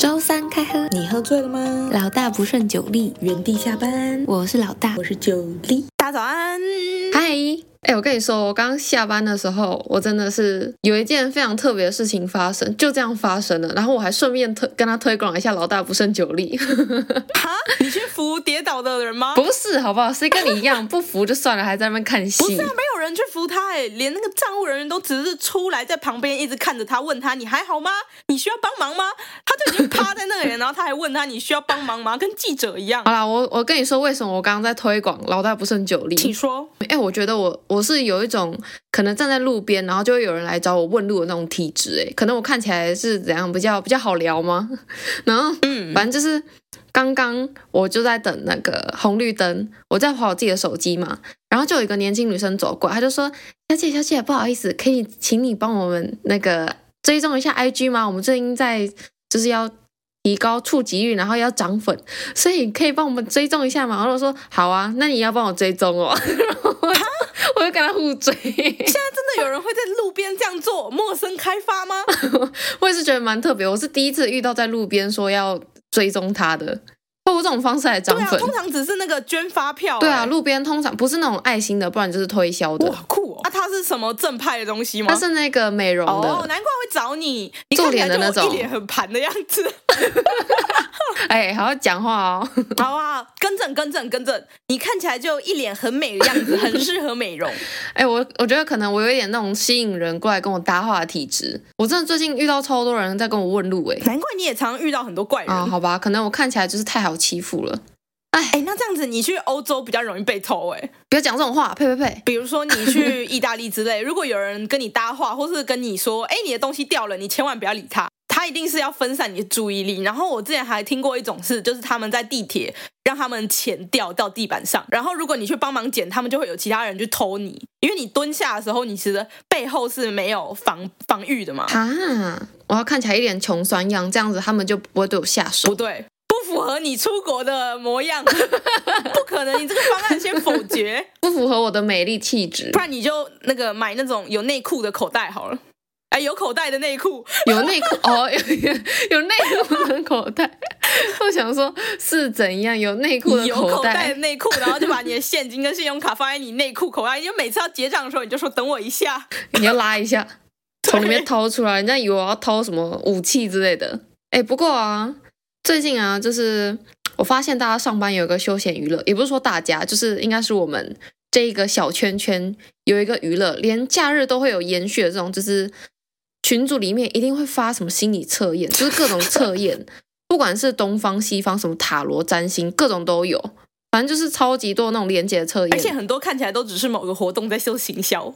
周三开喝，你喝醉了吗？老大不顺酒力，原地下班，我是老大我。是九力。大家早 安，嗨，哎，我跟你说，我刚下班的时候，我真的是有一件非常特别的事情发生，就这样发生了。然后我还顺便推跟他推广一下老大不胜酒力， 哈，你去扶跌倒的人吗？不是好不好？谁跟你一样不服就算了，还在那边看不戏是啊，？没有人去扶他、哎，连那个站务人员都只是出来在旁边一直看着他，问他你还好吗？你需要帮忙吗？他就已经趴在那里了，然后他还问他你需要帮忙吗？跟记者一样好。啦，我我跟你说，为什么我刚刚在推广老大不胜酒力？请说，哎、我觉得我我是有一种可能站在路边，然后就会有人来找我问路的那种体质，哎，可能我看起来是怎样比较比较好聊吗？ 然后，嗯，反正就是刚刚我就在等那个红绿灯，我在划我自己的手机嘛，然后就有一个年轻女生走过来，她就说：“小姐，小姐，不好意思，可以请你帮我们那个追踪一下 IG 吗？我们最近在就是要。”提高触及率，然后要涨粉，所以可以帮我们追踪一下吗？然后我说好啊，那你要帮我追踪哦。 然后我啊就我就跟他互追， 现在真的有人会在路边这样做，陌生开发吗？我也是觉得蛮特别。我是第一次遇到在路边说要追踪他的，透过这种方式 来涨对啊，粉。通常只是那个捐发票、对哎啊，路边通常不是那种爱心的，不然就是推销的哇，。好酷哦！啊，他是什么正派的东西吗？它是那个美容哦，的，难怪会找你，你做看起来脸的就那种一脸很盘的样子。哎、好好讲话哦。 好啊，更正更正更正，你看起来就一脸很美的样子，很适合美容。哎、我我觉得可能我有一点那种吸引人过来跟我搭话的体质。我真的最近遇到超多人在跟我问路、哎。难怪你也常遇到很多怪人。啊，好吧，可能我看起来就是太好欺负了。哎、那这样子你去欧洲比较容易被偷哎、不要讲这种话，呸呸呸！比如说你去意大利之类，如果有人跟你搭话，或是跟你说，哎、你的东西掉了，你千万不要理他，他一定是要分散你的注意力。然后我之前还听过一种事，就是他们在地铁让他们钱掉到地板上，然后如果你去帮忙捡，他们就会有其他人去偷你，因为你蹲下的时候，你其实背后是没有防防御的嘛。啊，我要看起来一脸穷酸样，这样子他们就不会对我下手不。对，不符合你出国的模样， 不可能，你这个方案先否决， 不符合我的美丽气 质不，然你就那个买那种有内裤的口袋好了。哎，有口袋的内裤，有内裤哦，有有有内裤的口袋。 我想说，是怎样有内裤的有口袋袋的？内裤，然后就把你的现金跟信用卡放在你内裤口袋，你就每次要结账的时候，你就说等我一下，你要拉一下，从里面掏出来，人家以为我要掏什么武器之类的。哎，不过啊，最近啊，就是我发现大家上班有一个休闲娱乐，也不是说大家，就是应该是我们这一个小圈圈有一个娱乐，连假日都会有延续的这种，就是群组里面一定会发什么心理测验，就是各种测验， 不管是东方西方，什么塔罗占星，各种都有。反正就是超级多那种连接的测验，而且很多看起来都只是某个活动在修行销，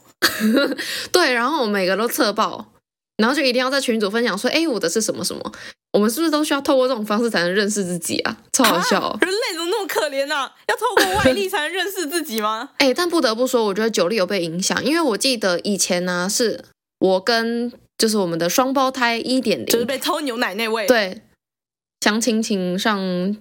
对，然后我每个都测爆，然后就一定要在群组分享说，哎，我的是什么什么。我们是不是都需要透过这种方式才能认识自己啊？超好笑、哦！人类怎么那么可怜啊？要透过外力才能认识自己吗？哎、但不得不说，我觉得酒力有被影响，因为我记得以前呢、是我跟就是我们的双胞胎一点就是零，被偷牛奶那位，对，详情请上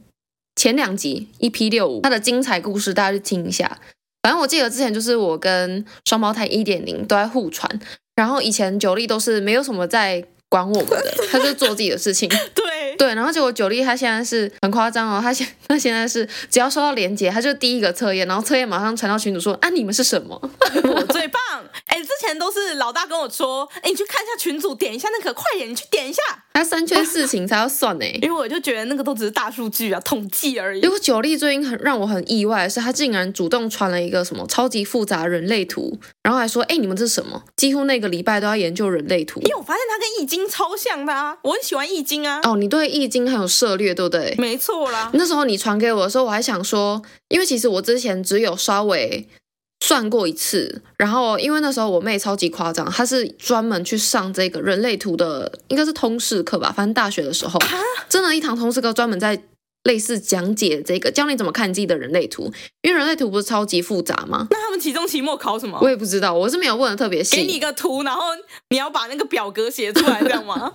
前两集 EP 六五，它的精彩故事大家去听一下。反正我记得之前就是我跟双胞胎一点零都在互传，然后以前九力都是没有什么在管我们的，他就做自己的事情。对，对，然后结果九力他现在是很夸张哦，他现 他现在是只要收到连接，他就第一个测验，然后测验马上传到群主说啊你们是什么？我最棒！ 哎、之前都是老大跟我说，哎、你去看一下群主，点一下那个，快点，你去点一下，他三圈四情才要算欸呢。因为我就觉得那个都只是大数据啊，统计而已结。果九力最近很让我很意外的是，他竟然主动传了一个什么超级复杂人类图，然后还说：“哎，你们这是什么？”几乎那个礼拜都要研究人类图。因为我发现它跟易经超像的啊，我很喜欢易经啊，哦，你对易经很有涉猎，对不对？没错啦。那时候你传给我的时候，我还想说，因为其实我之前只有稍微算过一次，然后因为那时候我妹超级夸张，她是专门去上这啊个人类图的，应该是通识课吧，反正大学的时候，真的一堂通识课专门在类似讲解这个，教你怎么看自己的人类图，因为人类图不是超级复杂吗？那他们期中、期末考什么我？也不知道，我是没有问的特别细。给你一个图，然后你要把那个表格写出来，这样 吗？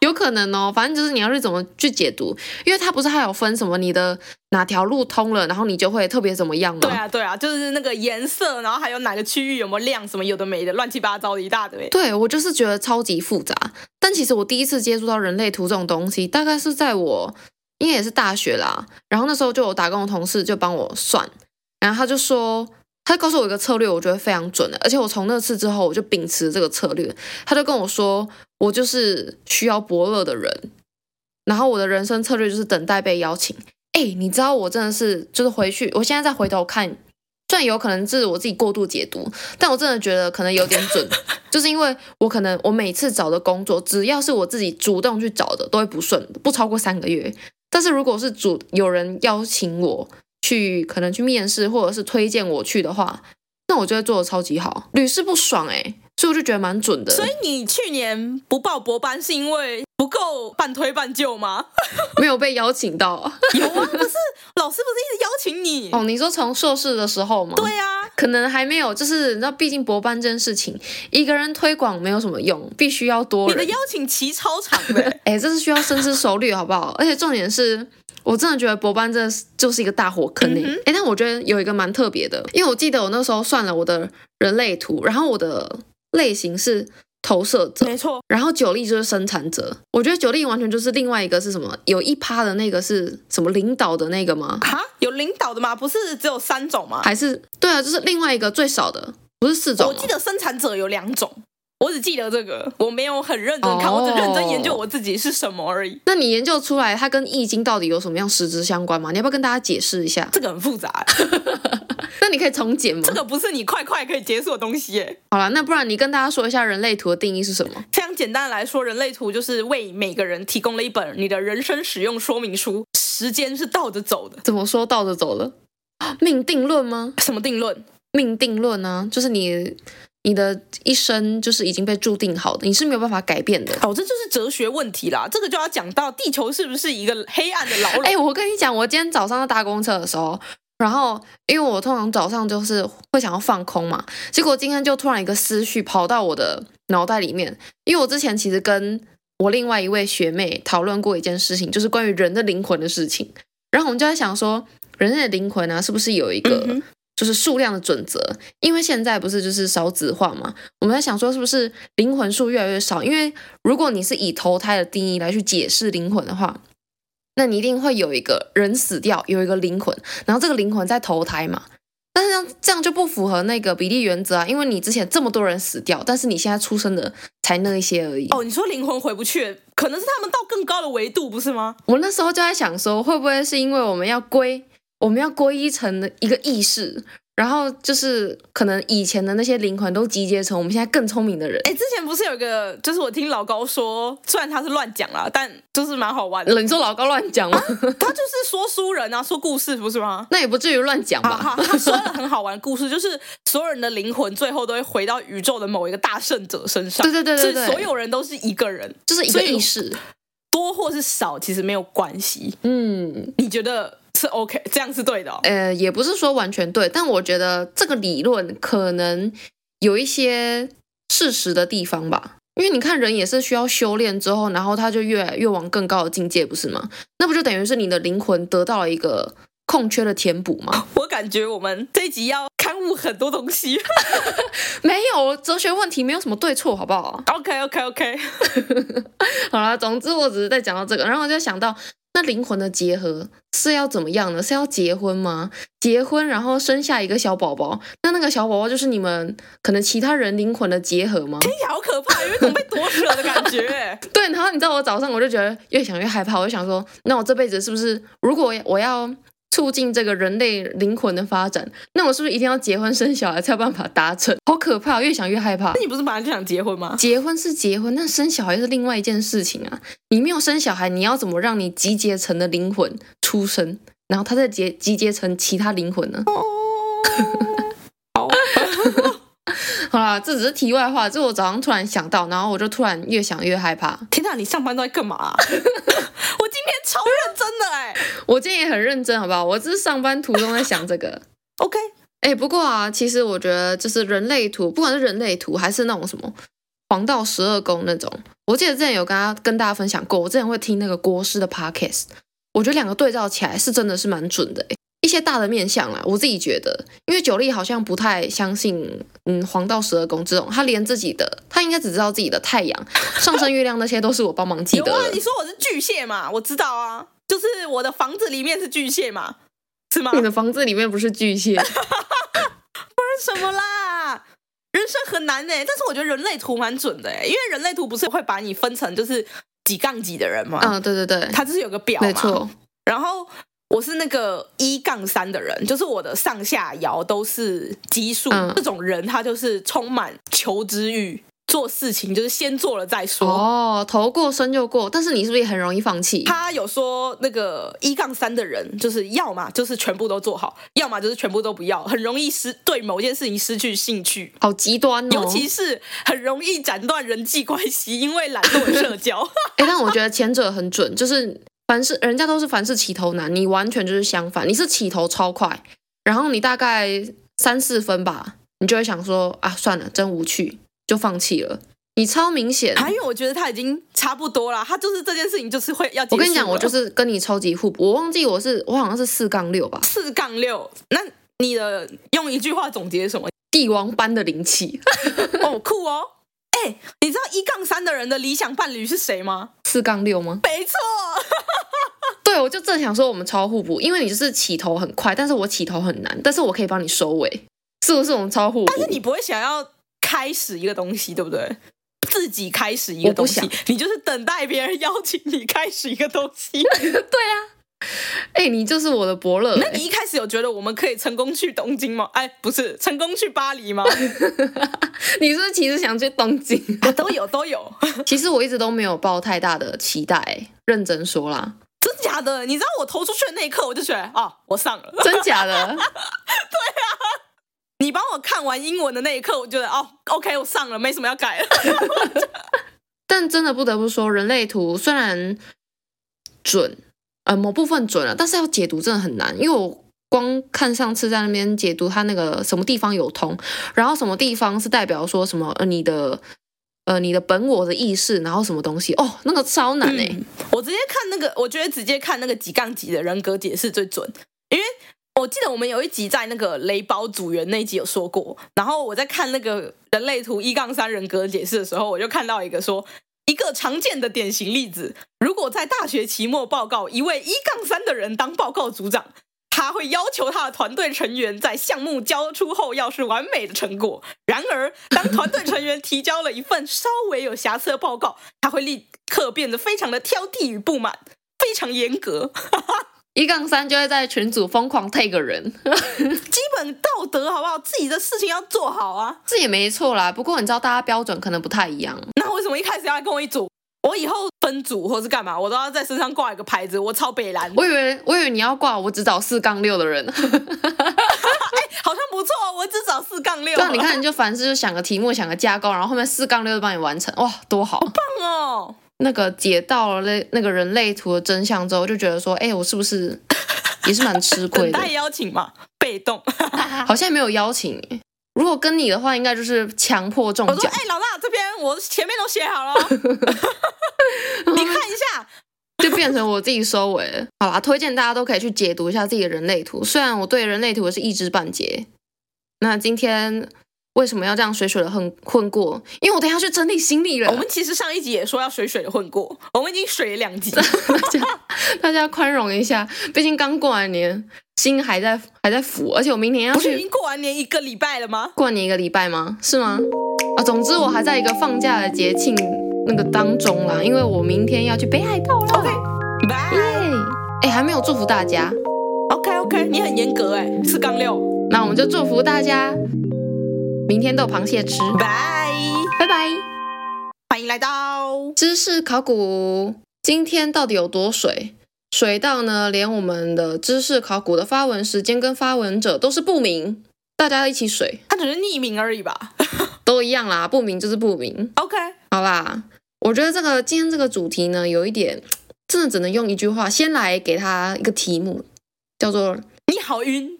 有可能哦，反正就是你要是怎么去解读，因为它不是还有分什么你的哪条路通了，然后你就会特别怎么样吗？对啊，对啊，就是那个颜色，然后还有哪个区域有没有亮，什么有的没的，乱七八糟的一大堆。对我就是觉得超级复杂。但其实我第一次接触到人类图这种东西，大概是在我应该也是大学啦。然后那时候就有打工的同事就帮我算，然后他就说。他告诉我一个策略，我觉得非常准的，而且我从那次之后我就秉持这个策略。他就跟我说，我就是需要伯乐的人，然后我的人生策略就是等待被邀请。哎，你知道我真的是就是回去，我现在再回头看，虽然有可能是我自己过度解读，但我真的觉得可能有点准，就是因为我可能我每次找的工作，只要是我自己主动去找的，都会不顺，不超过三个月。但是如果是主有人邀请我去，可能去面试或者是推荐我去的话，那我就会做的超级好，屡试不爽哎、所以我就觉得蛮准的。所以你去年不报博班是因为不够半推半就吗？没有被邀请到 有啊，不是老师不是一直邀请你？哦，你说从硕士的时候吗？对啊，可能还没有，就是你知道，毕竟博班这件事情，一个人推广没有什么用，必须要多你人。的邀请期超长的、 哎，这是需要深思熟虑，好不好？而且重点是。我真的觉得博班真的是就是一个大火嗯坑诶、欸但我觉得有一个蛮特别的，因为我记得我那时候算了我的人类图，然后我的类型是投射者，没错，然后九力就是生产者。我觉得九力完全就是另外一个是什么？有一趴的那个是什么领导的那个吗？ 哈，有领导的吗？不是只有三种吗？还是对啊，就是另外一个最少的，不是四种、哦。我记得生产者有两种，我只记得这个，我没有很认真看，哦我只认真研究我自己是什么而已。那你研究出来它跟易经到底有什么样实质相关吗？你要不要跟大家解释一下？这个很复杂、 那你可以重解吗？这个不是你快快可以结束的东西、耶好了，那不然你跟大家说一下人类图的定义是什么？非常简单来说，人类图就是为每个人提供了一本你的人生使用说明书，时间是倒着走的。怎么说倒着走的？ 命定论吗？什么定论？命定论呢、就是你你的一生就是已经被注定好的，你是没有办法改变的。哦，这就是哲学问题啦。这个就要讲到地球是不是一个黑暗的牢笼？哎、我跟你讲，我今天早上在搭公车的时候，然后因为我通常早上就是会想要放空嘛，结果今天就突然一个思绪跑到我的脑袋里面，因为我之前其实跟我另外一位学妹讨论过一件事情，就是关于人的灵魂的事情，然后我们就在想说，人类的灵魂啊，是不是有一个？嗯哼就是数量的准则，因为现在不是就是少子化嘛，我们在想说是不是灵魂数越来越少？因为如果你是以投胎的定义来去解释灵魂的话，那你一定会有一个人死掉，有一个灵魂，然后这个灵魂再投胎嘛。但是这样这样就不符合那个比例原则啊，因为你之前这么多人死掉，但是你现在出生的才那一些而已。哦，你说灵魂回不去，可能是他们到更高的维度，不是吗？我那时候就在想说，会不会是因为我们要归，我们要归一成的一个意识，然后就是可能以前的那些灵魂都集结成我们现在更聪明的人。哎，之前不是有一个，就是我听老高说，虽然他是乱讲啦，但就是蛮好玩的。冷说老高乱讲吗？他就是说书人啊，说故事，不是 吗？那也不至于乱讲好吧？好，他说了很好玩的故事，就是所有人的灵魂最后都会回到宇宙的某一个大圣者身上。对对对对对是所有人都是一个人，就是一所个以意识。多或是少其实没有关系。嗯，你觉得是 OK，这样是对的、哦？呃，也不是说完全对，但我觉得这个理论可能有一些事实的地方吧。因为你看，人也是需要修炼之后，然后他就越来越往更高的境界，不是吗？那不就等于是你的灵魂得到了一个空缺的填补吗？ 我感觉我们这一集要刊物很多东 西。没有哲学问题，没有什么对错，好不好？ OK OK OK， 好啦，总之我只是在讲到这个，然后我就想到，那灵魂的结合是要怎么样呢？是要结婚吗？结婚然后生下一个小宝宝，那那个小宝宝就是你们可能其他人灵魂的结合吗？听起来好可怕，有一种被夺舍的感觉。对，然后你知道我早上我就觉得越想越害怕，我就想说，那我这辈子是不是如果我要促进这个人类灵魂的发展，那我是不是一定要结婚生小孩才有办法达成？好可怕，越想越害怕 那。你不是本来就想结婚吗？结婚是结婚，但生小孩是另外一件事情啊！你没有生小孩，你要怎么让你集结成的灵魂出生，然后它再结集结成其他灵魂呢？好， 好啦，这只是题外话，这我早上突然想到，然后我就突然越想越害怕。 天哪，你上班都在干嘛啊、我今天超认真的哎、哎我今天也很认真，好不好？我这是上班途中在想这个。 ，OK，哎、不过啊，其实我觉得就是人类图，不管是人类图还是那种什么黄道十二宫那种，我记得之前有跟他跟大家分享过，我之前会听那个国师的 podcast，我觉得两个对照起来是真的是蛮准的、欸。一些大的面相啦，我自己觉得，因为九力好像不太相信，嗯，黄道十二宫这种，他连自己的，他应该只知道自己的太阳、上升、月亮那些都是我帮忙记有得啊，的你。说我是巨蟹嘛？我知道啊，就是我的房子里面是巨蟹嘛，是吗？你的房子里面不是巨蟹，什么啦？人生很难呢、但是我觉得人类图蛮准的、欸，因为人类图不是会把你分成就是几杠几的人嘛，嗯，对对对，它就是有个表嘛，没错，然后我是那个一杠三的人，就是我的上下摇都是奇数。嗯这种人他就是充满求知欲，做事情就是先做了再说。哦，头过身就过，但是你是不是也很容易放弃？他有说，那个一杠三的人，就是要么就是全部都做好，要么就是全部都不要，很容易失对某件事情失去兴趣，好极端哦！尤其是很容易斩断人际关系，因为懒惰而社 交。哎、但我觉得前者很准，就是凡事人家都是凡事起头难，你完全就是相反，你是起头超快，然后你大概三四分吧，你就会想说啊，算了，真无趣，就放弃了。你超明显，啊，因为我觉得他已经差不多了，他就是这件事情就是会要结束我了。跟你讲，我就是跟你超级互补，我忘记我是我好像是四杠六吧，四杠六，那你的用一句话总结 什么？帝王般的灵气， 哦，酷哦！哎、你知道一杠三的人的理想伴侣是谁吗？四杠六吗？没错， 对，我就正想说我们超互补，因为你就是起头很快，但是我起头很难，但是我可以帮你收尾，是不是我们超互补？但是你不会想要开始一个东西，对不对？自己开始一个东西我不，你就是等待别人邀请你开始一个东 西。哎、你就是我的伯乐、那哎你一开始有觉得我们可以成功去东京吗？哎，不是，成功去巴黎 吗？你是不是其实想去东京？ 啊都有，都有，其实我一直都没有抱太大的期待、认真说啦，真假的？你知道我投出去的那一刻，我就觉得啊，我上了。真假的？ 你帮我看完英文的那一刻，我觉得哦，OK，我上了，没什么要改了。但真的不得不说，人类图虽然准，呃，某部分准了，但是要解读真的很难，因为我光看上次在那边解读它那个什么地方有通，然后什么地方是代表说什么呃你的呃你的本我的意识，然后什么东西哦，那个超难哎、嗯我直接看那个，我觉得直接看那个几杠几的人格解释最准，因为我记得我们有一集在那个雷包组员那一集有说过，然后我在看那个人类图一杠三人格解释的时候，我就看到一个说。一个常见的典型例子，如果在大学期末报告，一位一杠三的人当报告组长，他会要求他的团队成员在项目交出后要是完美的成果。然而，当团队成员提交了一份稍微有瑕疵的报告，他会立刻变得非常的挑剔与不满，非常严格。 一杠三就会在群组疯狂 take 人，基本道德好不好？自己的事情要做好啊。这也没错啦。不过你知道大家标准可能不太一样，那为什么一开始要来跟我一组？我以后分组或是干嘛，我都要在身上挂一个牌子，我超北蓝，我以为我以为你要挂我只找四杠六 的人，好像不错，我只找四杠六。对啊，你看你就凡事就想个题目，想个架构，然后后面四杠六就帮你完成，哇，多好！棒哦，那个解到了类那个人类图的真相之后，就觉得说，哎、我是不是 也是蛮 吃等亏的嗯待？邀请嘛，被动。好像也没有邀请你。如果跟你的话，应该就是强迫中我说：“奖哎、，老大，这边我前面都写好了 哦， 你看一下。就变成我自己收尾了。好啦，推荐大家都可以去解读一下自己的人类图，虽然我对人类图是一知半解。那今天为什么要这样水水的混混过？因为我等一下去整理行李了。我们其实上一集也说要水水的混过，我们已经水了两 集。大 家大家宽容一下，毕竟刚过完年，心还在还在浮，而且我明年要不是已去经过完年一个礼拜了吗？过完年一个礼拜吗？是吗？啊，总之我还在一个放假的节庆那个当中啦，因为我明天要去北海道啦。耶！拜哎，还没有祝福大家， OK OK，你很严格哎，四杠六，那我们就祝福大家，明天都有螃蟹吃，拜，拜拜。欢迎来到。知识考古，今天到底有多水？水到呢，连我们的知识考古的发文时间跟发文者都是不明，大家一起水。他只是匿名而已吧都一样啦，不明就是不明。 ？OK，好啦，我觉得这个今天这个主题呢，有一点真的只能用一句话，先来给他一个题目，叫做你好晕，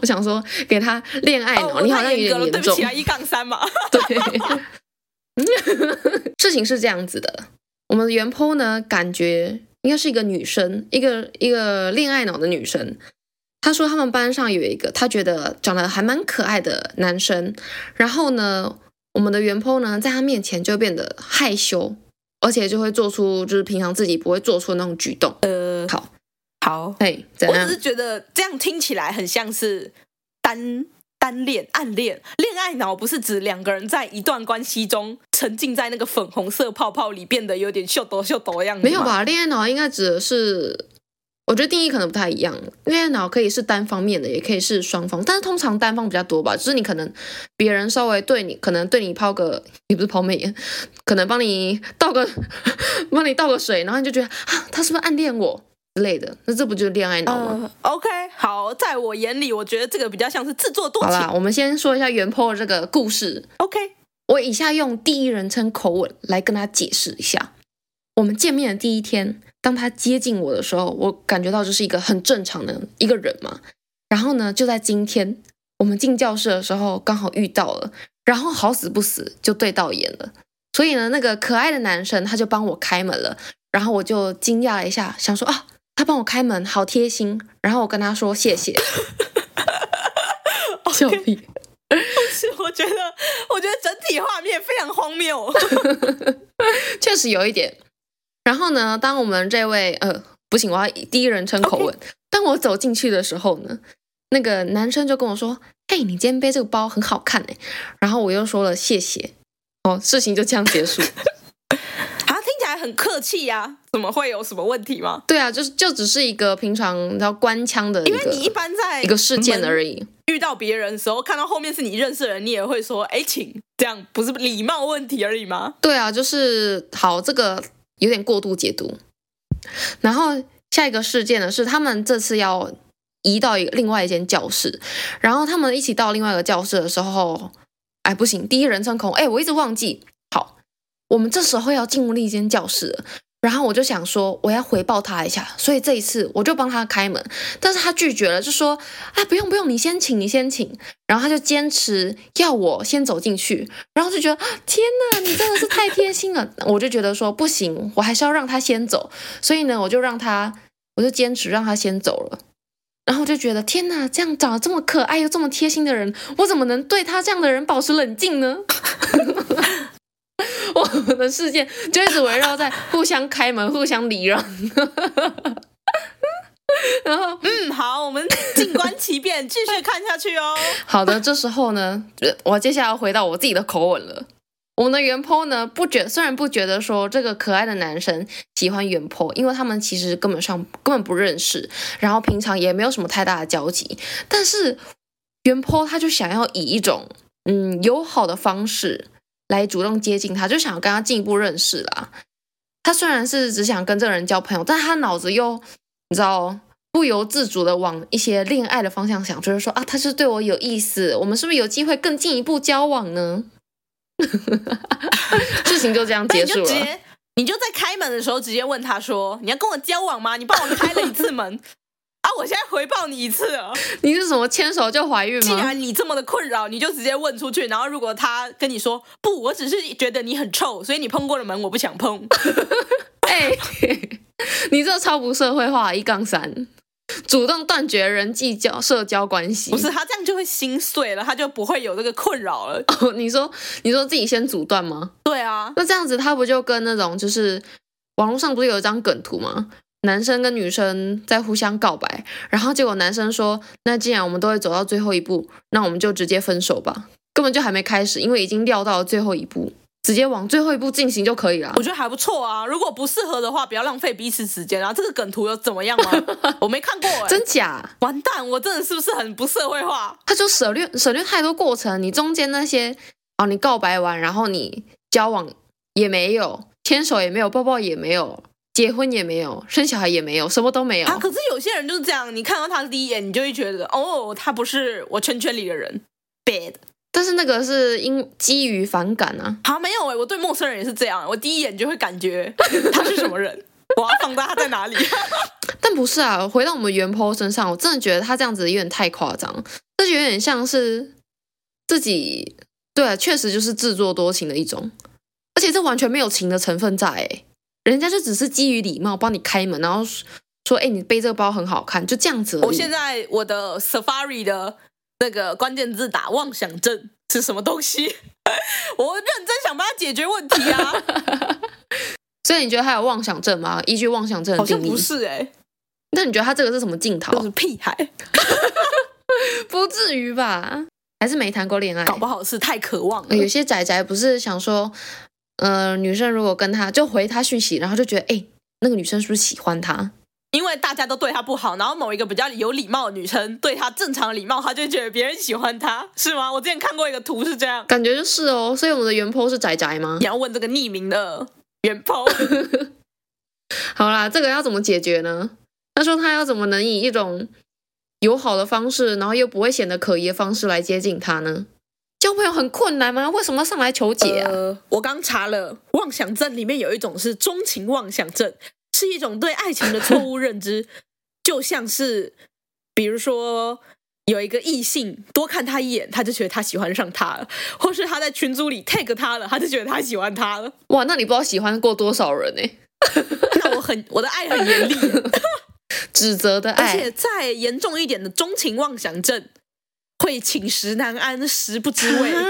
我想说给他恋爱脑，哦，我你好太像有严格点了，对严不重起，啊，一杠三嘛。 对，事情是这样子的，我们原 PO 呢，感觉应该是一个女生，一个一个恋爱脑的女生。她说他们班上有一个她觉得长得还蛮可爱的男生，然后呢，我们的原 PO 呢，在他面前就变得害羞，而且就会做出就是平常自己不会做出的那种举动。呃，好，好，哎，怎我样只是？觉得这样听起来很像是单单恋、暗恋、恋爱脑，不是指两个人在一段关系中沉浸在那个粉红色泡泡里，变得有点秀抖秀抖的样子。没有？吧？恋爱脑应该指的是，我觉得定义可能不太一样。恋爱脑可以是单方面的，也可以是双方，但是通常单方比较多吧。就是你可能别人稍微对你，可能对你抛个，也不是抛媚眼，可能帮你倒个， 帮你倒个水，然后你就觉得啊，他是不是暗恋我之类的？那这不就是恋爱脑吗？嗯、o k 好，在我眼里，我觉得这个比较像是自作多好啦，情。我们先说一下原 po 的这个故事。 OK，我以下用第一人称口吻来跟他解释一下。我们见面的第一天，当他接近我的时候，我感觉到这是一个很正常的一个人嘛。然后呢，就在今天我们进教室的时候，刚好遇到了，然后好死不死就对到眼了。所以呢，那个可爱的男生他就帮我开门了，然后我就惊讶了一下，想说啊，他帮我开门，好贴心。然后我跟他说谢谢， 笑屁。是我觉得，我觉得整体画面非常荒谬。 啊确实有一点。然后呢，当我们这位呃，不行，我要以第一人称口吻。当我走进去的时候呢，那个男生就跟我说：“嘿，你今天背这个包很好看哎。”然后我又说了谢谢。哦，事情就这样结 束。啊，听起来很客气呀、怎么会有什么问题吗？对啊，就是就只是一个平常你知道官腔的一因为个你一般哎在一个事件而已，已。遇到别人的时候，看到后面是你认识的人，你也会说“哎，请”，这样不是礼貌问题而已吗？对啊，就是好，这个有点过度解读。然后下一个事件呢是，他们这次要移到一个另外一间教室，然后他们一起到另外一个教室的时候，哎，不行，第一人称恐，哎，我一直忘记。好，我们这时候要进入另一间教室了然后我就想说，我要回报他一下，所以这一次我就帮他开门，但是他拒绝了，就说啊，不用不用，你先请，你先请。然后他就坚持要我先走进去，然后就觉得啊天哪，你真的是太贴心了。我就觉得说不行，我还是要让他先走，所以呢，我就让他，我就坚持让他先走了。然后我就觉得天哪，这样长得这么可爱又这么贴心的人，我怎么能对他这样的人保持冷静呢？ 我们的事件就一直围绕在互相开门、互相礼让， 然后嗯，好，我们静观其变， 继续看下去哦。好的，这时候呢， 呃我接下来要回到我自己的口吻了。我们的原 po 呢，不觉虽然不觉得说这个可爱的男生喜欢原 po，因为他们其实根本上根本不认识，然后平常也没有什么太大的交集，但是原 po 他就想要以一种嗯友好的方式来主动接近他，就想要跟他进一步认识啦。他虽然是只想跟这个人交朋友，但他脑子又你知道不由自主的往一些恋爱的方向想，就是说啊，他是对我有意思，我们是不是有机会更进一步交往呢？ 事情就这样那结你 束就直了。接，你就在开门的时候直接问他说：“你要跟我交往吗？你帮我开了一次门。” 啊！我现在回报你一次了。你是什么牵手就怀孕既吗？然你这么的困扰，你就直接问出去。然后如果他跟你说不，我只是觉得你很臭，所以你碰过的门我不想 碰。哎、你这超不社会化，一杠三，主动断绝人际交社交关系。不是他这样就会心碎了，他就不会有这个困扰 了。哦，你说你说自己先阻断吗？对啊，那这样子，他不就跟那种就是网络上不是有一张梗图吗？男生跟女生在互相告白，然后结果男生说：“那既然我们都会走到最后一步，那我们就直接分手吧。”根本就还没开始，因为已经料到了最后一步，直接往最后一步进行就可以了我。觉得还不错啊。如果不适合的话，不要浪费彼此时间啊。这个梗图有怎么样吗？ 我没看过、欸，真假？完蛋！我真的是不是很不社会化？他就省略省略太多过程，你中间那些哦，你告白完，然后你交往也没有，牵手也没有，抱抱也没有，结婚也没有，生小孩也没有，什么都没有。啊，可是有些人就是这样，你看到他第一眼，你就会觉得哦，他不是我圈圈里的人，bad。但是那个是因基于反感啊，欸好、没有哎、我对陌生人也是这样，我第一眼就会感觉他是什么人。 我要放大它在哪里？但不是啊，回到我们原 po 身上，我真的觉得他这样子有点太夸张，这就有点像是自己对、啊，确实就是自作多情的一种，而且这完全没有情的成分在、欸，人家就只是基于礼貌帮你开门，然后说，哎、你背这个包很好看，就这样子而已。我哦现在我的 Safari 的那个关键字打妄想症是什么东西？我认真想帮他解决问题啊，所以你觉得他有妄想症吗？依据妄想症的好像定义不，是哎、那你觉得他这个是什么镜头？就是屁孩，不至于吧？还是没谈过恋爱？搞不好是太渴望呃有了。些仔仔不是想说，呃，女生如果跟他就回他讯息，然后就觉得，哎、那个女生是不是喜欢他？因为大家都对他不好，然后某一个比较有礼貌的女生对他正常礼貌，他就觉得别人喜欢他，是吗？我之前看过一个图是这样，感觉就是哦，所以我们的原 po 是仔仔吗 你？要问这个匿名的原 po， 好啦，这个要怎么解决呢？他说他要怎么能以一种友好的方式，然后又不会显得可疑的方式来接近他呢？交朋友很困难吗？为什么要上来求解啊？呃，我刚查了，妄想症里面有一种是钟情妄想症，是一种对爱情的错误认知， 就像是比如说有一个异性多看他一眼，他就觉得他喜欢上他了，或是他在群组里 tag 他了，他就觉得他喜欢他 了。哇，那你不知道喜欢过多少人呢、欸那我很我的爱很严 厉，指责的而爱，且再严重一点的钟情妄想症。会寝食难安，食不知味啊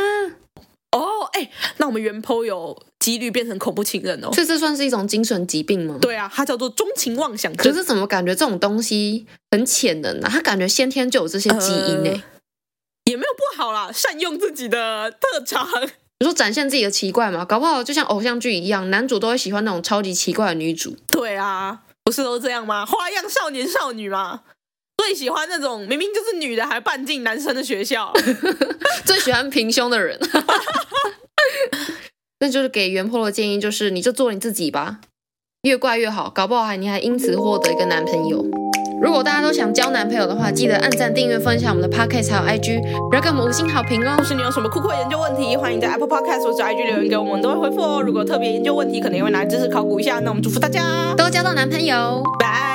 哦。哎、那我们原 po 有几率变成恐怖情人哦。所以这算是一种精神疾病吗？对啊，它叫做钟情妄想症。可是怎么感觉这种东西很潜能啊？他感觉先天就有这些基因呢、欸呃也没有不好啦，善用自己的特长。你说展现自己的奇怪嘛？搞不好就像偶像剧一样，男主都会喜欢那种超级奇怪的女主。 对啊，不是都这样吗？花样少年少女嘛，最喜欢那种明明就是女的还半进男生的学校。 最喜欢平胸的人。 那就是给袁坡的建议，就是你就做你自己吧，越怪越好，搞不好还你还因此获得一个男朋友。如果大家都想交男朋友的话，记得按赞、订阅、分享我们的 podcast 还有 IG，然后给我们五星好评哦或。是你有什么酷酷的研究问题，欢迎在 Apple Podcast 或者 IG 留言给我们，我们都会回复哦。如果有特别研究问题，可能也会拿来知识考古一下。那我们祝福大家，都交到男朋友。拜。